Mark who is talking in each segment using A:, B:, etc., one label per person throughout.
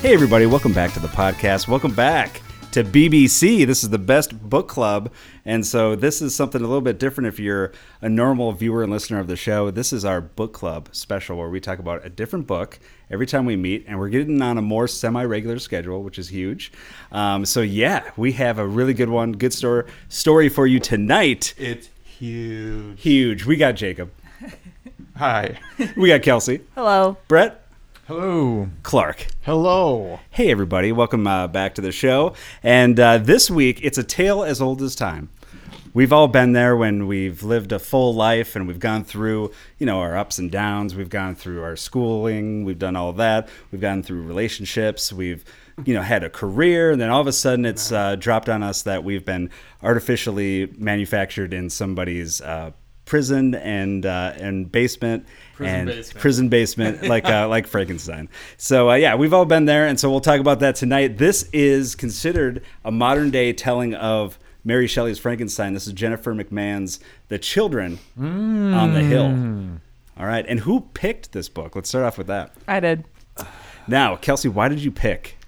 A: Hey, everybody, welcome back to the podcast. Welcome back to BBC. This is the best book club. And so, this is something a little bit different if you're a normal viewer and listener of the show. This is our book club special where we talk about a different book every time we meet, and we're getting on a more semi regular schedule, which is huge. Um, so, yeah, we have a really good one, good story, story for you tonight.
B: It's huge.
A: Huge. We got Jacob,
B: Hi.
A: we got Kelsey,
C: Hello.
A: Brett,
B: Hello.
A: Clark.
B: Hello.
A: Hey, everybody, welcome uh, back to the show. And uh, this week, it's a tale as old as time. We've all been there when we've lived a full life and we've gone through, you know, our ups and downs. We've gone through our schooling. We've done all that. We've gone through relationships. We've, you know, had a career. And then all of a sudden it's uh, dropped on us that we've been artificially manufactured in somebody's uh, prison and uh, and basement and
B: basement.
A: prison basement like uh, like Frankenstein. So uh, yeah, we've all been there, and so we'll talk about that tonight. This is considered a modern day telling of Mary Shelley's Frankenstein. This is Jennifer McMahon's The Children on the Hill. All right, and who picked this book? Let's start off with that.
C: I did.
A: Now, Kelsey, why did you pick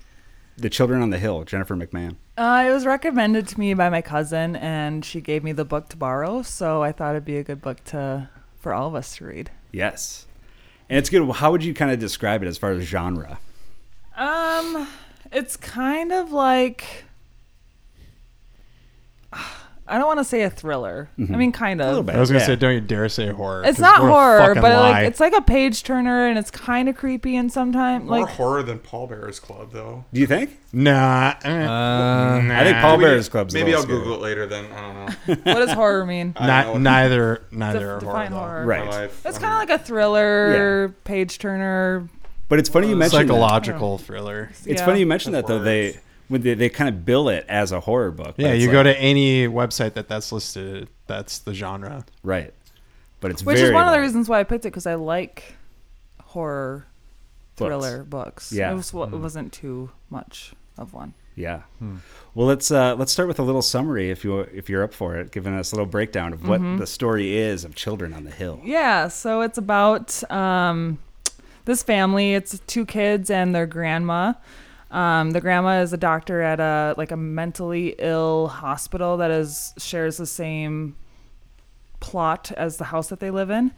A: The Children on the Hill, Jennifer McMahon?
C: Uh, it was recommended to me by my cousin, and she gave me the book to borrow. So I thought it'd be a good book to for all of us to read.
A: Yes, and it's good. How would you kind of describe it as far as genre?
C: Um, it's kind of like I don't want to say a thriller.
D: Mm-hmm.
C: I mean, kind of.
A: little bit.
D: I was gonna
A: Yeah.
D: say, don't you dare say horror.
C: It's
D: 'cause
C: not
D: we're a
C: horror,
D: fucking
C: but
D: lie.
C: like it's like a page turner, and it's kind of creepy. And sometimes,
B: More
C: like,
B: horror than Paul Bear's Club, though.
A: Do you think?
D: nah. eh.
A: I think Paul
B: Maybe-
A: Bear's Club's. a
B: Maybe I'll
A: little scary.
B: Google it later. Then I don't know.
C: what does horror mean?
B: I
D: Ni-
B: don't know.
D: neither, neither are
C: Def-
D: horror.
C: define
D: though.
C: horror.
A: Right.
B: My life.
C: It's
B: I
C: kind
B: mean,
C: of like a thriller, page turner.
A: But it's funny you mentioned that.
D: Psychological thriller.
A: It's
C: Yeah.
A: funny you mentioned that
B: That's
A: though. They when they, they kind of bill it as a horror book. but
D: Yeah,
A: it's
D: you
A: like-
D: go to any website that that's listed, that's the genre.
A: right, but it's
C: Which
A: very
C: is one of the
A: like-
C: reasons why I picked it because I like horror
A: Books.
C: thriller books.
A: Yeah. Mm-hmm.
C: It, was, it wasn't too much of one.
A: Yeah.
D: Hmm.
A: Well, let's uh, let's start with a little summary if you if you're up for it, giving us a little breakdown of
C: Mm-hmm.
A: what the story is of Children on the Hill.
C: Yeah, so it's about um, this family. It's two kids and their grandma. Um, the grandma is a doctor at a like a mentally ill hospital that is shares the same plot as the house that they live in.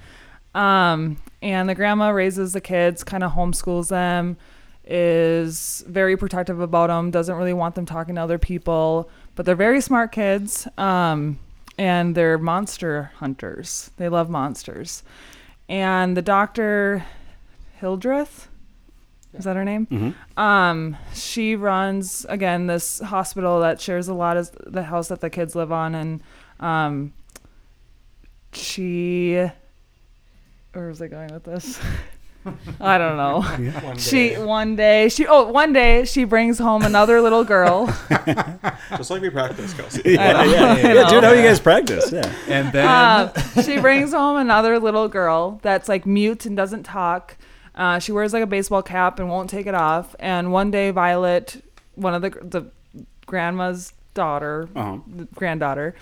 C: Um, and the grandma raises the kids, kind of homeschools them, is very protective about them, doesn't really want them talking to other people, but they're very smart kids. Um, and they're monster hunters. They love monsters. And the doctor, Hildreth, is that her name? Um, she runs again this hospital that shares a lot of the house that the kids live on, and um, she. Where was I going with this? I don't know.
B: one
C: She
B: day.
C: one day she oh one day she brings home another little girl.
B: just like we practice, Kelsey.
A: Yeah, yeah, yeah.
C: know.
A: dude, how you guys practice? Yeah,
D: And then
C: Uh, she brings home another little girl that's like mute and doesn't talk. Uh, she wears like a baseball cap and won't take it off. And one day, Violet, one of the the grandma's daughter,
A: Uh-huh.
C: the granddaughter,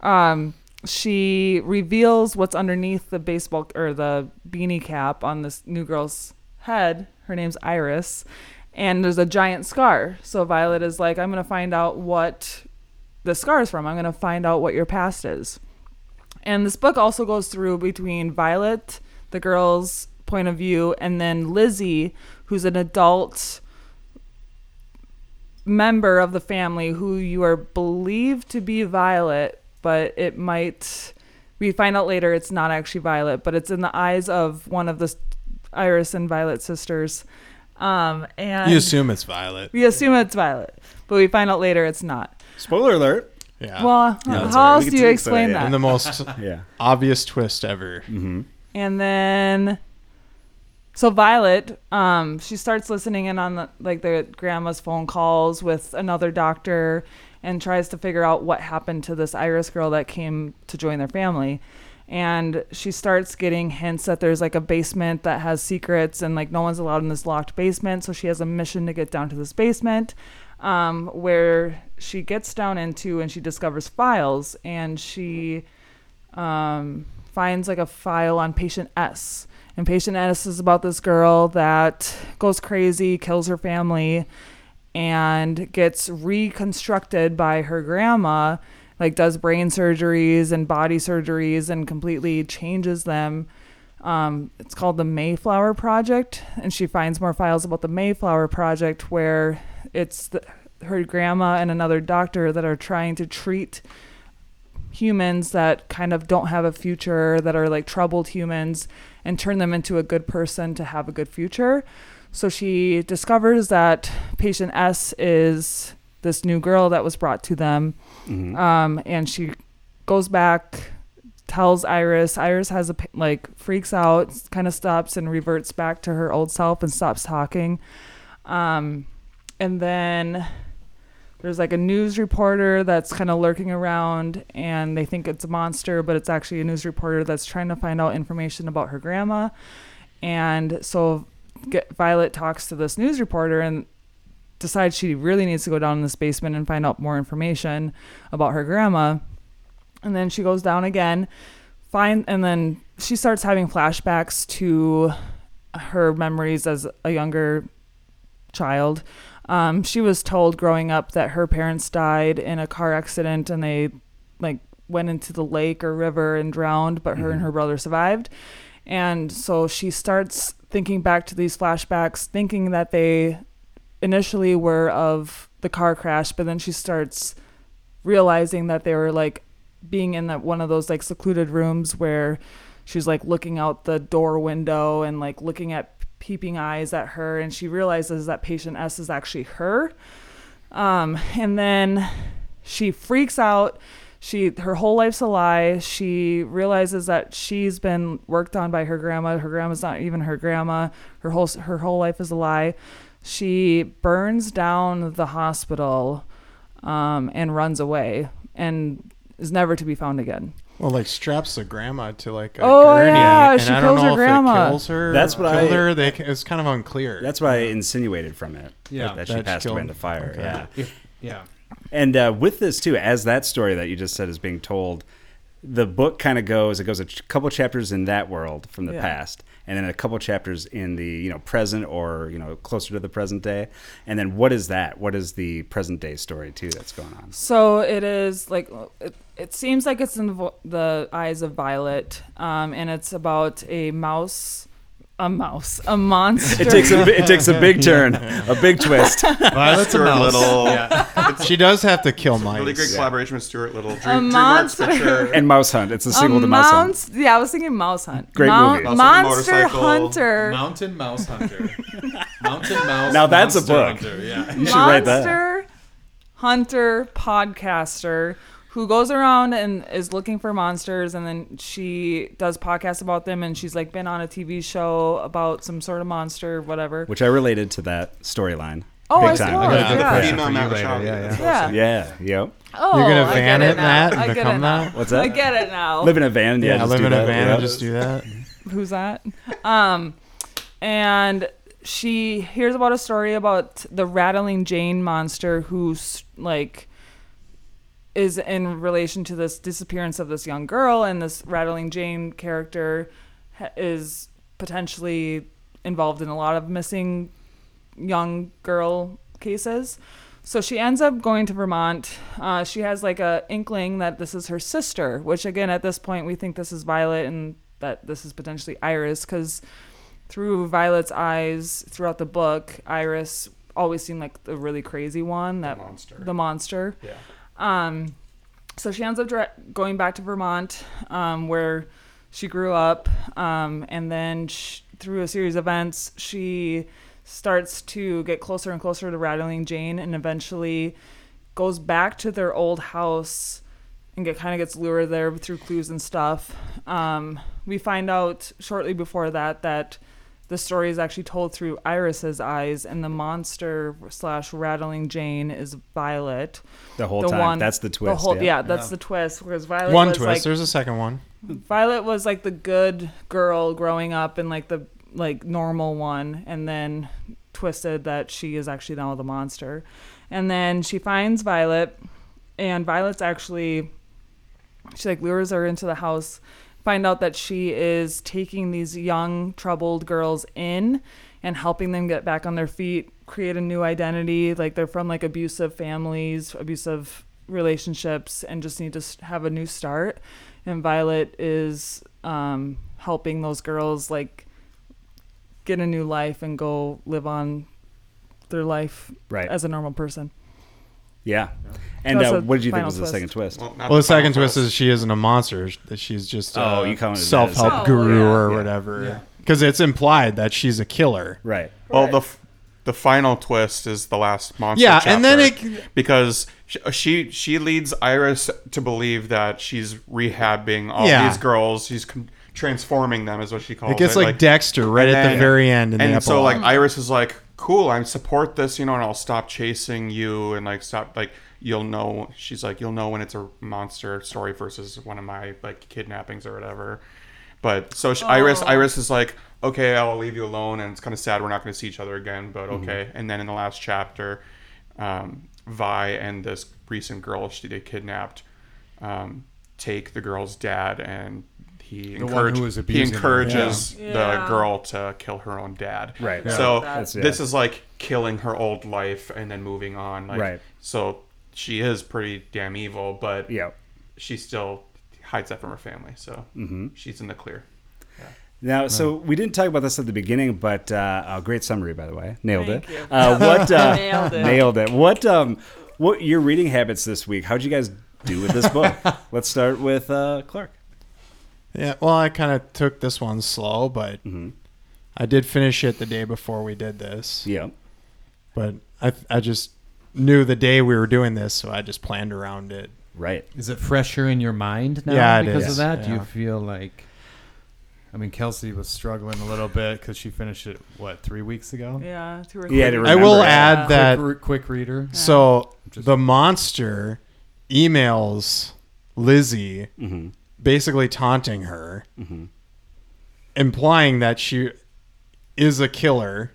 C: um, she reveals what's underneath the baseball or the beanie cap on this new girl's head. Her name's Iris, and there's a giant scar. So Violet is like, "I'm gonna find out what the scar is from. I'm gonna find out what your past is." And this book also goes through between Violet, the girl's point of view, and then Lizzie, who's an adult member of the family who you are believed to be Violet, but it might we find out later it's not actually Violet, but it's in the eyes of one of the s- Iris and Violet sisters. Um and
D: you assume it's Violet.
C: we assume it's Violet, but we find out later it's not.
A: spoiler alert.
D: Yeah.
C: Well,
A: that's all right.
C: how
A: We
C: else
A: can
C: do
A: see
C: you
A: that,
C: explain
A: yeah.
C: that?
D: and the most
A: Yeah,
D: obvious twist ever.
C: and then so violet um she starts listening in on the, like their grandma's phone calls with another doctor and tries to figure out what happened to this iris girl that came to join their family and she starts getting hints that there's like a basement that has secrets and like no one's allowed in this locked basement so she has a mission to get down to this basement um, where she gets down into and she discovers files and she um, finds like a file on patient S And Patient S is about this girl that goes crazy, kills her family, and gets reconstructed by her grandma, like does brain surgeries and body surgeries and completely changes them. Um, it's called the Mayflower Project, and she finds more files about the Mayflower Project where it's the, her grandma and another doctor that are trying to treat humans that kind of don't have a future, that are like troubled humans, and turn them into a good person to have a good future. So she discovers that patient S is this new girl that was brought to them.
A: Mm-hmm.
C: Um, and she goes back, tells Iris. Iris has a, pa- like, freaks out, kind of stops and reverts back to her old self and stops talking. Um, and then there's like a news reporter that's kind of lurking around and they think it's a monster but it's actually a news reporter that's trying to find out information about her grandma and so get, violet talks to this news reporter and decides she really needs to go down in this basement and find out more information about her grandma and then she goes down again find and then she starts having flashbacks to her memories as a younger child. Um, she was told growing up that her parents died in a car accident and they like went into the lake or river and drowned, but her and her brother survived. And so she starts thinking back to these flashbacks, thinking that they initially were of the car crash, but then she starts realizing that they were like being in that one of those like secluded rooms where she's like looking out the door window and like looking at peeping eyes at her and she realizes that patient S is actually her. Um, and then she freaks out. She her whole life's a lie. She realizes that she's been worked on by her grandma. Her grandma's not even her grandma. Her whole her whole life is a lie. She burns down the hospital um, and runs away and is never to be found again.
D: Well, like straps the grandma to like a
C: Oh,
D: gurney,
C: yeah,
D: and
C: she
D: I don't
C: kills
D: know
C: her
D: if
C: grandma.
D: It kills her.
A: That's what
D: killed
A: I-
D: her. They, it's kind of unclear.
A: That's what I insinuated from it.
D: Yeah,
A: that, that she
D: that she
A: passed
D: killed-
A: away in the fire.
D: okay.
A: Yeah.
D: yeah.
A: And uh, with this too, as that story that you just said is being told, the book kind of goes. It goes a ch- couple chapters in that world from the
C: Yeah.
A: past, and then a couple chapters in the you know present or you know closer to the present day. And then what is that? What is the present day story too that's going on?
C: So it is like it, it seems like it's in the, vo- the eyes of Violet, um, and it's about a mouse, a mouse, a monster.
A: It takes a it takes a big turn, a big twist.
D: Violet's a
B: Stuart
D: mouse.
B: Little.
D: Yeah. she does have to kill mice.
B: Really great collaboration with Stuart Little. Drew,
C: A
B: Drew Marks
C: monster.
B: picture.
A: And Mouse Hunt. It's a
C: a
A: sequel to Mouse Hunt.
C: mounts- Yeah, I was thinking Mouse Hunt.
A: Great
C: Mount-
A: movie.
B: Mouse on a
C: Monster
B: motorcycle.
C: Hunter.
E: Mountain Mouse Hunter. Mountain Mouse.
A: Now that's a
E: Monster
A: book.
E: Hunter, yeah.
A: You should write that.
C: monster hunter podcaster who goes around and is looking for monsters and then she does podcasts about them and she's like been on a TV show about some sort of monster whatever.
A: Which I related to that storyline.
C: Oh,
A: big time.
C: I saw
A: I
D: I
A: gotta
D: gotta
C: it,
D: do
C: yeah.
D: the question
B: Female
D: for you
B: Matt
D: later.
B: Rashad.
D: Yeah, yeah.
C: Yeah.
A: Yeah, yep.
C: Oh,
D: You're gonna
C: I get
D: van
C: it
D: it,
C: now.
D: Matt,
C: I
D: and
C: get it
D: become
C: now.
D: that.
A: What's
C: I
A: that?
C: get it now.
A: Live in a van. Yeah,
D: Yeah,
A: just
D: live
A: do
D: in
A: that,
D: a van
A: yeah.
D: and just do that.
C: who's that? Um, and she hears about a story about the rattling Jane monster who's like is in relation to this disappearance of this young girl and this rattling Jane character ha- is potentially involved in a lot of missing young girl cases. So she ends up going to Vermont. Uh, she has like a inkling that this is her sister, which again at this point we think this is Violet and that this is potentially Iris because through Violet's eyes throughout the book, Iris always seemed like the really crazy one, that
B: monster.
C: the monster.
B: Yeah.
C: Um, so she ends up dire- going back to Vermont, um, where she grew up, um, and then sh through a series of events, she starts to get closer and closer to Rattling Jane, and eventually goes back to their old house and get kind of gets lured there through clues and stuff. Um, we find out shortly before that that the story is actually told through Iris's eyes, and the monster slash Rattling Jane is Violet
A: the whole time. that's the twist.
C: the whole-
A: yeah.
C: yeah. that's the twist. Because Violet
D: One
C: was
D: twist.
C: like
D: There's a second one.
C: Violet was like the good girl growing up and like the like normal one, and then twisted that she is actually now the monster, and then she finds Violet, and Violet's actually she like lures her into the house, find out that she is taking these young, troubled girls in and helping them get back on their feet, create a new identity. Like they're from like abusive families, abusive relationships, and just need to s- have a new start. And Violet is um, helping those girls like get a new life and go live on their life
A: Right.
C: as a normal person.
A: Yeah. And
C: That's
A: uh,
C: a
A: what did you think
C: final
A: was the
C: twist.
A: second twist?
B: Well, not
D: Well, the
B: final
D: second twist is she isn't a monster. Sh- that She's just
A: Oh,
D: a
A: you call it as-
D: self-help
A: Oh,
D: guru
C: yeah.
D: or
A: Yeah.
D: whatever. Because it's implied that she's a killer.
A: Right.
B: Well, the f- the final twist is the last monster.
D: Yeah, and then
B: chapter,
D: it-
B: because sh- she she leads Iris to believe that she's rehabbing all
D: Yeah.
B: these girls. She's con- transforming them, is what she calls it.
D: It gets like, Dexter right
B: and
D: at the
B: then-
D: very end, in the
B: and so
D: epilogue.
B: like
F: Um,
B: Iris is like, "Cool, I support this, you know, and I'll stop chasing you, and like stop like you'll know." She's like, "You'll know when it's a monster story versus one of my like kidnappings or whatever." But so she, Iris,
F: Oh.
B: Iris is like, "Okay, I'll leave you alone," and it's kind of sad we're not going to see each other again, but
F: Mm-hmm.
B: okay. And then in the last chapter, um, Vi and this recent girl she they kidnapped um, take the girl's dad and. He,
F: one
B: encourage,
F: who was
B: he
F: abusing her,
B: encourages
C: yeah.
B: the
C: Yeah.
B: girl girl to kill her own dad.
A: Right.
B: So
C: That's-
B: this is like killing her old life and then moving on. Like,
A: Right.
B: So she is pretty damn evil, but
A: Yeah.
B: she still hides that from her family. So
A: Mm-hmm.
B: she's in the clear.
A: Now, so we didn't talk about this at the beginning, but uh, a great summary, by the way. Nailed
C: Thank
A: it.
C: you.
A: Uh, what uh,
C: Nailed it.
A: Nailed it. What um, what your reading habits this week? How'd you guys do with this book? Let's start with uh, Clark.
D: yeah. Well, I kind of took this one slow, but I did finish it the day before we did this.
A: Yeah.
D: But I, I just knew the day we were doing this, so I just planned around it.
A: Right.
F: Is it fresher in your mind now
D: Yeah, it
F: because
D: is.
F: of that? Do you
D: Yeah.
F: feel like? I mean, Kelsey was struggling a little bit because she finished it what three weeks ago.
C: Yeah, two or
A: You had to
D: I will
A: Remember,
D: add
C: yeah.
D: that
F: quick, re- quick reader.
D: So
F: Just-
D: the monster emails Lizzie, basically taunting her, implying that she is a killer.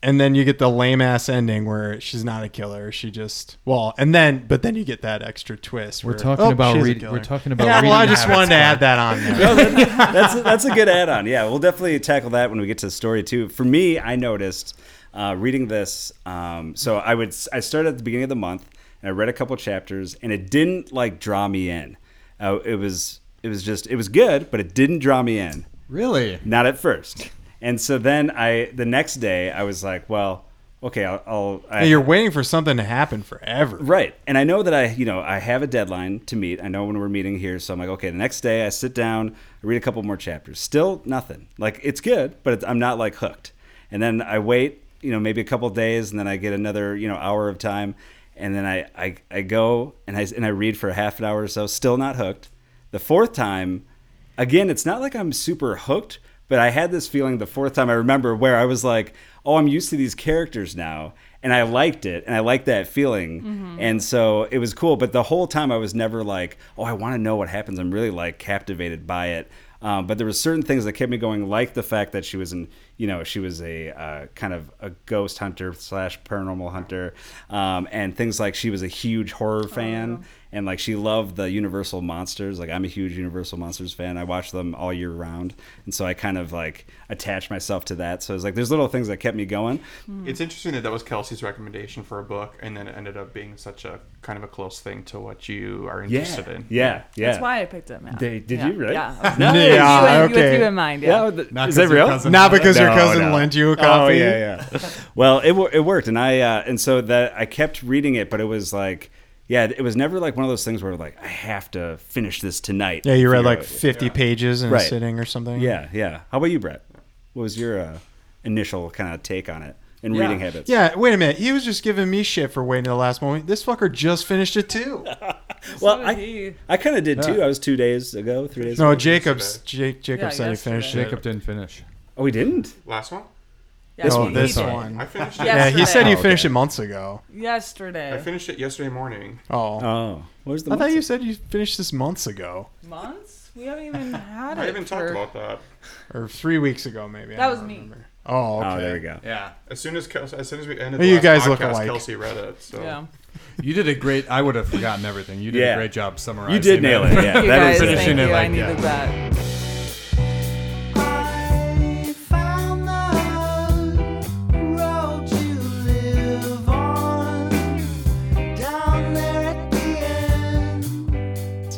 D: And then you get the lame ass ending where she's not a killer. She just well, and then but then you get that extra twist.
F: We're
D: where,
F: talking
D: oh,
F: about
D: she's a
F: read-
D: killer.
F: we're talking about
D: Yeah, well, I
F: reading
D: just
F: habits,
D: wanted to
F: Clark.
D: add that on. There.
A: No, that- that's that's a good add-on. Yeah, we'll definitely tackle that when we get to story two. For me, I noticed uh, reading this. Um, so I would I started at the beginning of the month and I read a couple chapters, and it didn't like draw me in. Uh, it was it was just it was good, but it didn't draw me in.
F: Really?
A: Not at first. And so then I the next day I was like, well, okay, I'll. I'll I,
D: You're waiting for something to happen forever.
A: Right. And I know that I, you know, I have a deadline to meet. I know when we're meeting here. So I'm like, okay, the next day I sit down, I read a couple more chapters. Still nothing. Like, it's good, but it's, I'm not like hooked. And then I wait, you know, maybe a couple days and then I get another, you know, hour of time. And then I, I, I go and I, and I read for a half an hour or so. Still not hooked. The fourth time, again, it's not like I'm super hooked, but I had this feeling the fourth time I remember where I was like, oh, I'm used to these characters now. And I liked it and I liked that feeling. And so it was cool. But the whole time I was never like, oh, I want to know what happens. I'm really like captivated by it. Um, but there were certain things that kept me going, like the fact that she was an, you know, she was a uh, kind of a ghost hunter slash paranormal hunter, um, and things like she was a huge horror fan and like she loved the Universal monsters. Like I'm a huge Universal monsters fan. I watch them all year round, and so I kind of like attach myself to that. So it's like there's little things that kept me going.
C: Hmm.
B: It's interesting that that was Kelsey's recommendation for a book, and then it ended up being such a kind of a close thing to what you are interested in.
A: yeah, yeah.
C: That's why I picked it, man.
A: They- did
C: yeah.
A: you really?
C: Yeah. I was-
A: Nice.
C: with you in-
D: Yeah,
C: with,
D: okay.
C: you in mind, yeah.
A: Yeah, th-
F: Not
A: is
F: 'cause
A: that
F: your
A: real?
F: cousin-
D: Not because your
A: No,
D: cousin
A: no.
D: lent you a copy.
A: Oh yeah, yeah. well, it wo- it worked, and I uh, and so that I kept reading it, but it was like, yeah, it was never like one of those things where like I have to finish this tonight.
D: Yeah, you read
A: Figure
D: like
A: out-
D: 50 pages in a
A: Right.
D: sitting or something.
A: yeah, yeah. How about you, Brett? What was your uh, initial kind of take on it and reading habits?
D: Yeah, wait a minute. He was just giving me shit for waiting to the last moment. This fucker just finished it too.
A: Well,
C: did
A: I,
C: he.
A: I kind of did too. I was two days ago, three days.
D: No,
A: ago.
D: Jacob's Jake Jacob
C: Yeah,
D: said he finished
C: yesterday.
D: it.
F: Jacob didn't finish.
A: Oh, we didn't.
B: Last one.
C: Yeah,
A: This
C: he-
A: one,
D: Oh, this
C: he did.
D: one.
B: I finished it.
D: Yeah, he said
A: Oh,
D: you
A: okay.
D: finished it months ago.
C: Yesterday.
B: I finished it yesterday morning.
D: Oh.
A: Oh, where's the?
D: I thought
A: month?
D: you said you finished this months ago
C: Months? We haven't even had it.
B: I haven't talked
C: for-
B: about that.
D: or 3 weeks ago maybe. I
C: That
D: don't
C: was me.
D: remember. Oh, okay.
A: Oh, there we go.
F: Yeah.
B: As soon as Kelsey, as soon as we ended,
D: Well,
B: the
D: you
B: last
D: guys look
B: podcast,
D: alike.
B: Kelsey read it. So
C: Yeah.
F: You did a great. I would have forgotten everything. You did
A: Yeah.
F: a great job summarizing.
A: You did nail it. Yeah,
C: You
A: that
C: guys,
A: is
F: Finishing
C: thank you.
F: it
C: I
F: like
C: needed
F: that.
C: that.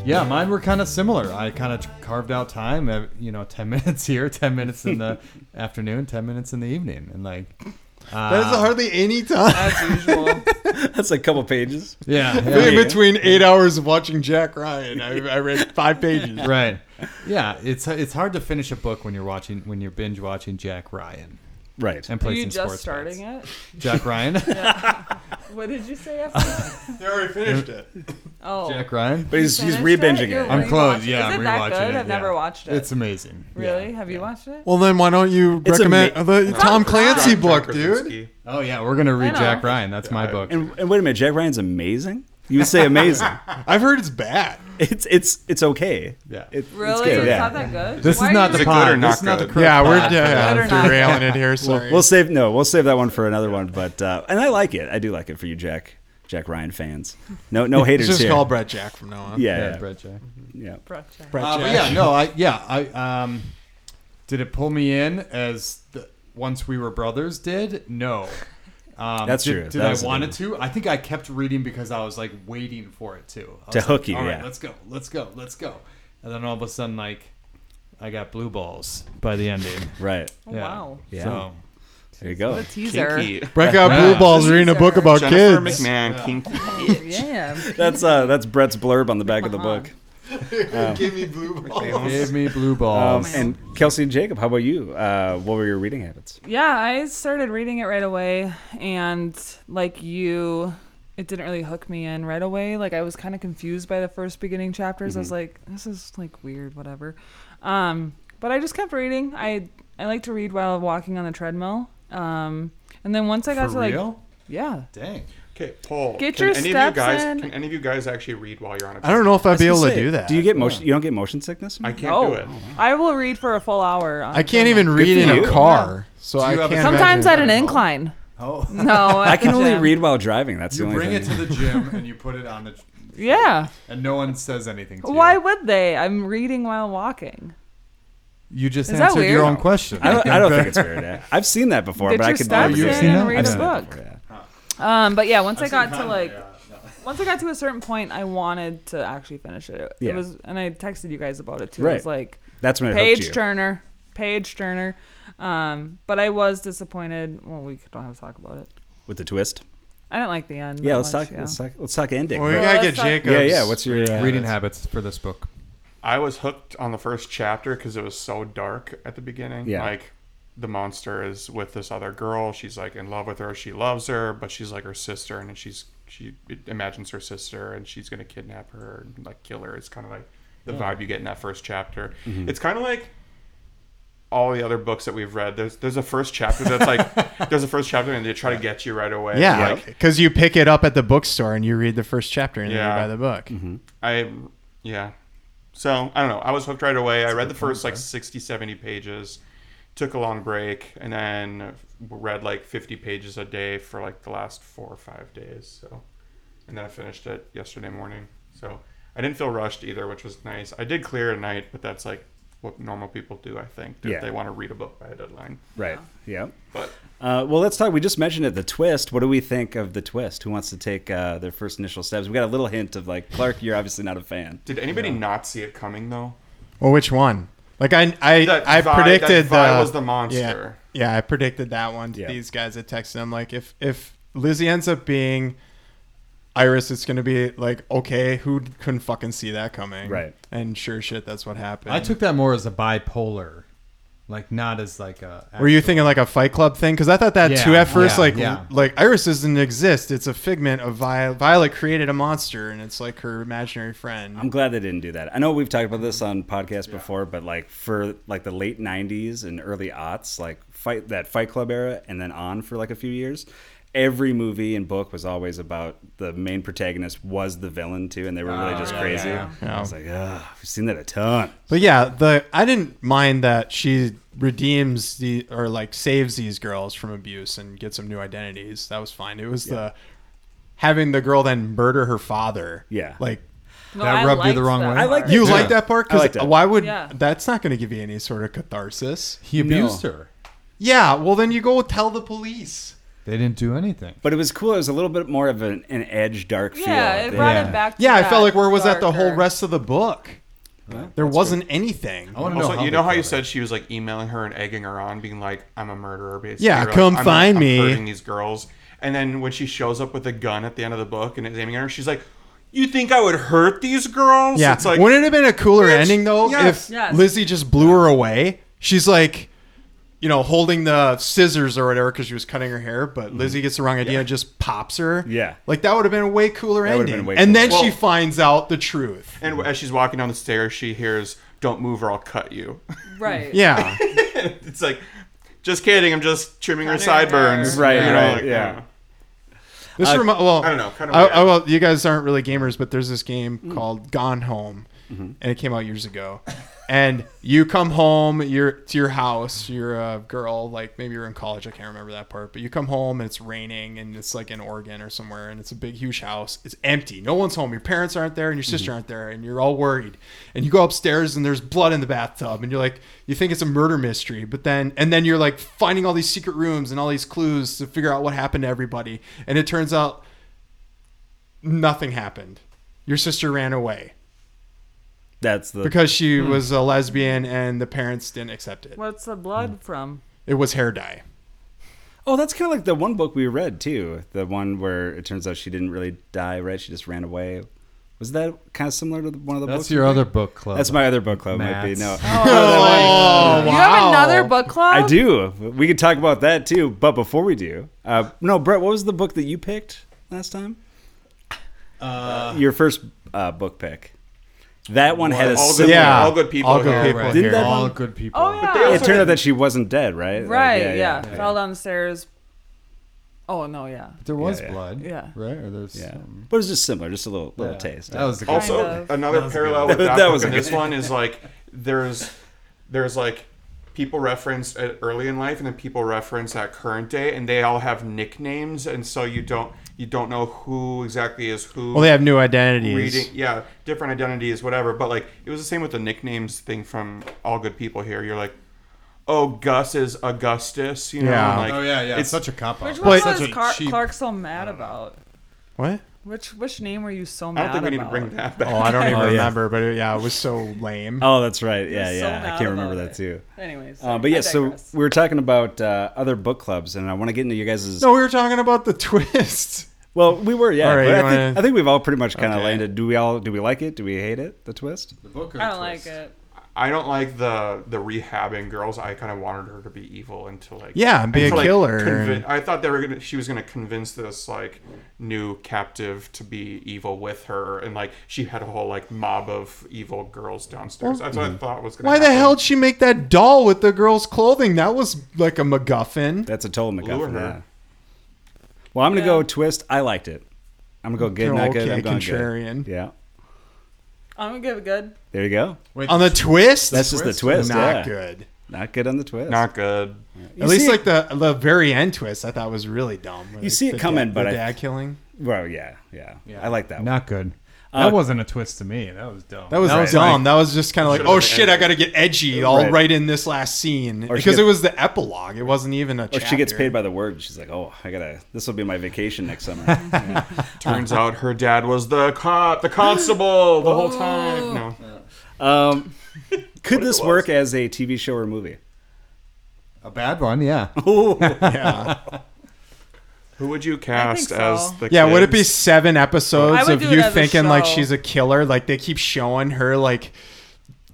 F: Yeah, mine were kind of similar. I kind of carved out time, uh, you know, 10 minutes here, 10 minutes in the afternoon, 10 minutes in the evening. And like, uh,
D: That is hardly any time
E: As usual.
A: That's a couple pages.
F: yeah, yeah.
D: in between eight hours of watching Jack Ryan. I, I read five pages.
F: right. Yeah, it's it's hard to finish a book when you're watching when you're binge watching Jack Ryan
A: Right.
F: and
C: Are
F: play
C: you
F: some
C: just
F: sports
C: starting it?
F: bets. Jack Ryan,
C: What did you say after that?
D: They already finished it.
C: Oh.
F: Jack Ryan.
A: But he's,
C: You
A: he's
C: finished
A: rebinging
C: You're
A: it.
F: I'm
C: rewatching-
F: close. Yeah,
C: Is
F: I'm
C: it that
F: rewatching
C: good?
F: it.
C: I've
F: yeah.
C: never watched it.
F: It's amazing. Yeah.
C: Really? Have you watched it?
D: Well, then why don't you
A: It's a
D: recommend
A: ma-
D: the Tom Clancy
B: John- John
D: book,
B: Krasinski.
D: dude?
F: Oh yeah, we're gonna read
C: know.
F: Jack Ryan. That's my
B: Yeah.
F: book.
A: And, and wait a minute, Jack Ryan's amazing. You would say amazing.
D: I've heard it's bad.
A: it's it's it's okay.
F: Yeah.
A: It-
C: Really?
A: It's
C: It's
A: good. Yeah.
C: not that good?
F: this
C: Why
F: is
C: are
F: not
C: you-
F: the
B: it good
F: pod.
B: or not
F: this is not the
B: good?
F: correct
D: Yeah, we're
F: pod for
D: yeah,
C: Better
D: I'm
C: not.
D: derailing it here. Sorry.
A: We'll save no. We'll save that one for another one. But uh, and I like it. I do like it for you, Jack. Jack Ryan fans. No no haters
D: Let's just
A: here.
D: call Brett Jack from now on.
A: yeah,
F: Yeah,
A: yeah,
F: Brett Jack.
A: yeah.
D: Brett
F: Uh, but
D: Jack.
F: yeah, no, I yeah, I um, did it pull me in as the, once we were brothers did? No, um,
A: That's
F: did,
A: true.
F: Did
A: That was
F: I
A: the
F: want it
A: difference.
F: to? I think I kept reading because I was like waiting for it to I
A: To
F: was
A: hook
F: like,
A: you,
F: All right,
A: yeah.
F: let's go, let's go, let's go, and then all of a sudden, like, I got blue balls by the ending.
A: Right.
C: Oh,
F: Yeah.
C: Wow.
A: Yeah.
F: So,
A: There you go.
C: What a teaser.
B: Kinky.
D: Brett got
F: Yeah.
D: blue balls reading a book about
B: Jennifer
D: kids.
B: McMahon, kinky.
C: Yeah.
A: That's uh that's Brett's blurb on the back of the
C: Uh-huh.
A: book.
D: Give me blue balls.
B: Oh,
F: give me
A: Um,
F: blue
C: Oh,
F: balls.
A: and Kelsey and Jacob, how about you? Uh, what were your reading habits?
C: Yeah, I started reading it right away, and like you, it didn't really hook me in right away. Like I was kind of confused by the first beginning chapters. I was like, this is like weird, whatever. Um, but I just kept reading. I I like to read while walking on the treadmill. Um, and then once I got
F: for
C: to like,
F: real?
C: yeah,
F: Dang.
B: Okay, Paul.
C: Get
B: can
C: your
B: any of
C: steps
B: you guys,
C: in.
B: Can any of you guys actually read while you're on a
D: I don't know if I'd be able to do that.
A: Do you get motion? You don't get motion sickness?
B: I can't
C: oh,
B: do it.
C: I will read for a full hour. On
D: I can't
C: treadmill.
D: even read
A: for
D: in
A: you.
D: a car, so
F: Do
D: I
F: you
D: can't.
F: have a-
C: Sometimes at
D: imagine.
C: an incline.
F: Oh,
C: No,
A: I can only
C: gym.
A: read while driving. That's
F: you
A: the only
F: bring
A: thing.
F: it to the gym and you put it on the,
C: Yeah.
F: and no one says anything. To
C: Why
F: You.
C: would they? I'm reading while walking.
F: You just
C: Is that
F: answered
C: weird?
F: your own question.
A: I don't, I don't think it's weird. eh? I've seen that before,
C: Get
A: but I
C: your
A: could.
C: steps
F: You've
C: in
F: seen that?
C: and read
F: I've
C: a
F: seen
C: book.
A: before, yeah.
C: Um, but yeah, once i
F: I've
C: got
F: seen
C: to
F: Kanye,
C: like,
F: yeah, no.
C: once I got to a certain point, I wanted to actually finish it. It,
A: Yeah.
C: was, and I texted you guys about it too. It
A: Right.
C: was like
A: That's when it hooked
C: page
A: you.
C: turner, page turner. Um, but I was disappointed. Well, we don't have to talk about it.
A: with the twist.
C: I didn't like the end.
A: Yeah,
C: that
A: let's
C: much,
A: talk. Let's talk. Let's talk ending.
D: Well, we
A: Right.
D: gotta get
C: Well, it's
D: Jacob.
A: yeah, yeah. What's your uh,
F: reading habits for this book?
B: I was hooked on the first chapter because it was so dark at the beginning.
A: Yeah.
B: Like the monster is with this other girl. She's like in love with her. She loves her, but she's like her sister, and she's she imagines her sister, and she's gonna kidnap her and like kill her. It's kind of like the vibe you get in that first chapter. It's kind of like all the other books that we've read. There's there's a first chapter that's like there's a first chapter, and they try to get you right away.
D: Yeah,
B: Like,
D: because you pick it up at the bookstore and you read the first chapter and then
B: Yeah.
D: you buy the book.
B: I, yeah. So I don't know. I was hooked right away. I read the first like 60, 70 pages, took a long break, and then read like 50 pages a day for like the last four or five days. So, and then I finished it yesterday morning. So I didn't feel rushed either, which was nice. I did clear at night, but that's like what normal people do, I think. If
A: Yeah.
B: They want to read a book by a deadline.
A: Right. Yeah.
B: But
A: Uh, well, let's talk. We just mentioned it. The twist. What do we think of the twist? Who wants to take uh, their first initial steps? We got a little hint of like Clark. You're obviously not a fan.
B: did anybody not see it coming though?
D: Well, which one? Like I, I,
B: That
D: I
B: Vi- that
D: predicted
B: Vi
D: the
B: was the monster.
D: Yeah, yeah, I predicted that one. To
A: Yeah.
D: These guys that texted them like, if if Lizzie ends up being Iris, it's gonna be like, okay, who couldn't fucking see that coming?
A: Right.
D: And sure, shit, that's what happened.
F: I took that more as a bipolar, like not as like a.
D: Were you thinking like a Fight Club thing? Because I thought that too
F: Yeah,
D: at first.
F: yeah,
D: like,
F: yeah.
D: like Iris doesn't exist. It's a figment of Violet. Violet created a monster, and it's like her imaginary friend.
A: I'm glad they didn't do that. I know we've talked about this
F: Mm-hmm.
A: on podcasts before, but like for like the late '90s and early aughts, like fight that Fight Club era, and then on for like a few years. Every movie and book was always about the main protagonist was the villain too, and they were really
F: Oh,
A: just
F: yeah,
A: crazy.
F: yeah,
A: I was like, ugh, we've seen that a ton.
D: But yeah, the I didn't mind that she redeems the or like saves these girls from abuse and gets some new identities. That was fine. It was the having the girl then murder her father.
A: Yeah.
D: like
C: No,
F: That
C: I
F: rubbed you
C: liked
F: the wrong
C: that
F: way? I
C: part.
A: like
D: you
F: Yeah.
D: like that part
A: I
D: because
A: liked it.
D: why would
C: Yeah.
D: that's not going to give you any sort of catharsis?
F: He abused her.
D: Yeah, well then you go tell the police.
F: They didn't do anything.
A: But it was cool. It was a little bit more of an, an edge dark feel.
C: Yeah,
A: I
C: it
A: think.
C: brought
F: Yeah.
C: it back. To
D: Yeah, I
C: that
D: felt like where was that the whole
C: darker-
D: rest of the book? there wasn't anything.
A: Oh,
F: I want to know.
B: Also,
F: how
B: you
F: they
B: know how you
F: killed her.
B: said she was like emailing her and egging her on, being like, "I'm a murderer." Basically.
D: Yeah,
B: You're
D: come
B: like, "I'm-
D: find
B: I'm
D: me."
B: Hurting these girls, and then when she shows up with a gun at the end of the book and is aiming at her, she's like, "You think I would hurt these girls?"
D: Yeah,
B: it's like
D: wouldn't it have been a cooler
B: bitch,
D: ending though
B: yes.
D: if
C: Yes.
D: Lizzie just blew her away? She's like, you know, holding the scissors or whatever because she was cutting her hair, but Lizzie gets the wrong idea, and just pops her.
A: Yeah.
D: like that would have been a way cooler
A: That would have
D: ending.
A: been way
D: and then
B: cooler.
D: she
B: Well-
D: finds out the truth.
B: and as she's walking down the stairs, she hears, "Don't move or I'll cut you."
C: Right.
D: Yeah,
B: it's like, just kidding. I'm just trimming her
C: Cutting her hair.
B: sideburns.
A: Right,
B: You know,
A: right,
B: like,
A: yeah.
B: I don't know.
D: this
A: Uh,
D: remi- well,
B: I don't know, kinda
D: I-
B: weird.
D: I- well, you guys aren't really gamers, but there's this game called Gone Home, and it came out years ago. And you come home, you're to your house, you're a girl, like maybe you're in college, I can't remember that part, but you come home and it's raining and it's like in Oregon or somewhere, and it's a big, huge house. It's empty, no one's home. Your parents aren't there, and your sister aren't there, and you're all worried. And you go upstairs, and there's blood in the bathtub, and you're like, you think it's a murder mystery, but then, and then you're like finding all these secret rooms and all these clues to figure out what happened to everybody. And it turns out nothing happened. Your sister ran away
A: That's the
D: because she
A: Hmm.
D: was a lesbian and the parents didn't accept it.
C: What's the blood from?
D: It was hair dye.
A: Oh, that's kind of like the one book we read too. The one where it turns out she didn't really die, right? She just ran away. Was that kind of similar to the- one of the books?
F: That's your other book club.
A: That's my other book club. Might be
F: Matt's.
A: no.
D: Oh,
C: You have another book club?
A: I do. We could talk about that too. But before we do, uh, no, Brett, what was the book that you picked last time?
E: Uh,
A: Your first uh, book pick. That one had a
B: all
A: similar.
B: good,
D: Yeah.
B: all good people.
D: All good
B: here.
F: Yeah,
D: people
F: right.
A: Didn't that
F: all
A: one-
F: good people.
C: Oh yeah.
A: It turned out that she wasn't dead, right? Like,
C: Right. yeah, Fell down the stairs. Oh no. Yeah.
F: There was
A: Yeah, yeah.
F: blood.
C: Yeah.
F: Right? Or there's
A: Yeah.
F: um,
A: But it was just similar, just a little little
F: yeah.
A: taste.
F: That was the good
B: Also,
C: Kind of.
B: another parallel with
A: That-
B: that,
A: that
B: book
A: was
B: and
A: a good-
B: this one is like there's there's like people reference it early in life and then people reference at current day and they all have nicknames and so you don't you don't know who exactly is who
D: Well, they have new identities.
B: reading yeah different identities whatever but like it was the same with the nicknames thing from all good people here you're like oh gus is augustus you know
D: Yeah.
B: and, like
F: Oh yeah, yeah.
B: it's
F: It's such a cop out.
C: Which one
D: Such
C: was
F: a
C: Car-
F: cheap-
C: Clark so mad about?
D: What?
C: Which which name were you so
B: i
C: mad
B: don't think we need to
C: about?
B: bring that back
D: Oh, I don't even
A: yeah.
D: remember, but it, yeah, it was so lame.
A: Oh, that's right. Yeah,
C: was so
A: yeah. I
C: mad
A: can't remember
C: about
A: that
C: it.
A: too.
C: Anyways.
A: Uh, but yeah,
C: I
A: so
C: digress.
A: we were talking about uh, other book clubs, and I want to get into you guys'
D: No, we were talking about the twist.
A: Well, we were, yeah.
D: All right,
A: but I,
D: you
A: think,
D: wanna-
A: I think we've all pretty much kind of
D: Okay.
A: landed. Do we all? Do we like it? Do we hate it? The twist.
F: The book or
C: I
F: the
C: don't like
F: twist?
C: it.
B: I don't like the the rehabbing girls. I kind of wanted her to be evil and to like
D: Yeah, and be
B: and
D: a
B: to, like,
D: killer.
B: convin- I thought they were gonna. She was gonna convince this like new captive to be evil with her, and like she had a whole like mob of evil girls downstairs. That's what I thought was gonna.
D: Mm. Why the
B: happen.
D: hell did she make that doll with the girl's clothing? That was like a MacGuffin.
A: That's a total MacGuffin.
B: her.
A: yeah. Well, I'm gonna
C: Yeah.
A: go twist. I liked it. I'm gonna go good, not good.
D: Okay,
A: I'm going
D: contrarian.
A: good. Yeah,
C: I'm gonna give it good.
A: there you go.
F: Wait,
D: On the twist?
A: That's just the twist.
D: not
A: yeah.
D: good.
A: Not good on the twist.
B: Not good.
A: You
D: At least
A: see-
D: like the the very end twist, I thought was really dumb. You
A: see it coming, but
D: the
A: I-
D: dad killing.
A: well, yeah, yeah, I like that. one.
F: not good. That wasn't a twist to me. That was dumb.
D: That was
F: like-
D: dumb. that was just kind of like,
B: Should've
D: oh
B: been
D: shit, I got to get edgy all
A: Right.
D: right. in this last scene
A: Or she
D: because
A: gets-
D: it was the epilogue. It wasn't even a.
A: Or Oh, she gets
D: chapter.
A: paid by the word. She's like, "Oh, I gotta. This will be my vacation next summer."
B: Turns out her dad was the cop, the constable, the whole time. No,
A: um, could this
B: was.
A: work as a TV show or movie?
F: a bad one. Yeah.
B: who would you cast
C: so.
B: as the?
D: Yeah, would it be
B: kids?
D: seven episodes
C: would
D: of
C: do it
D: you
C: as a
D: thinking like
C: show.
D: she's a killer? Like they keep showing her like,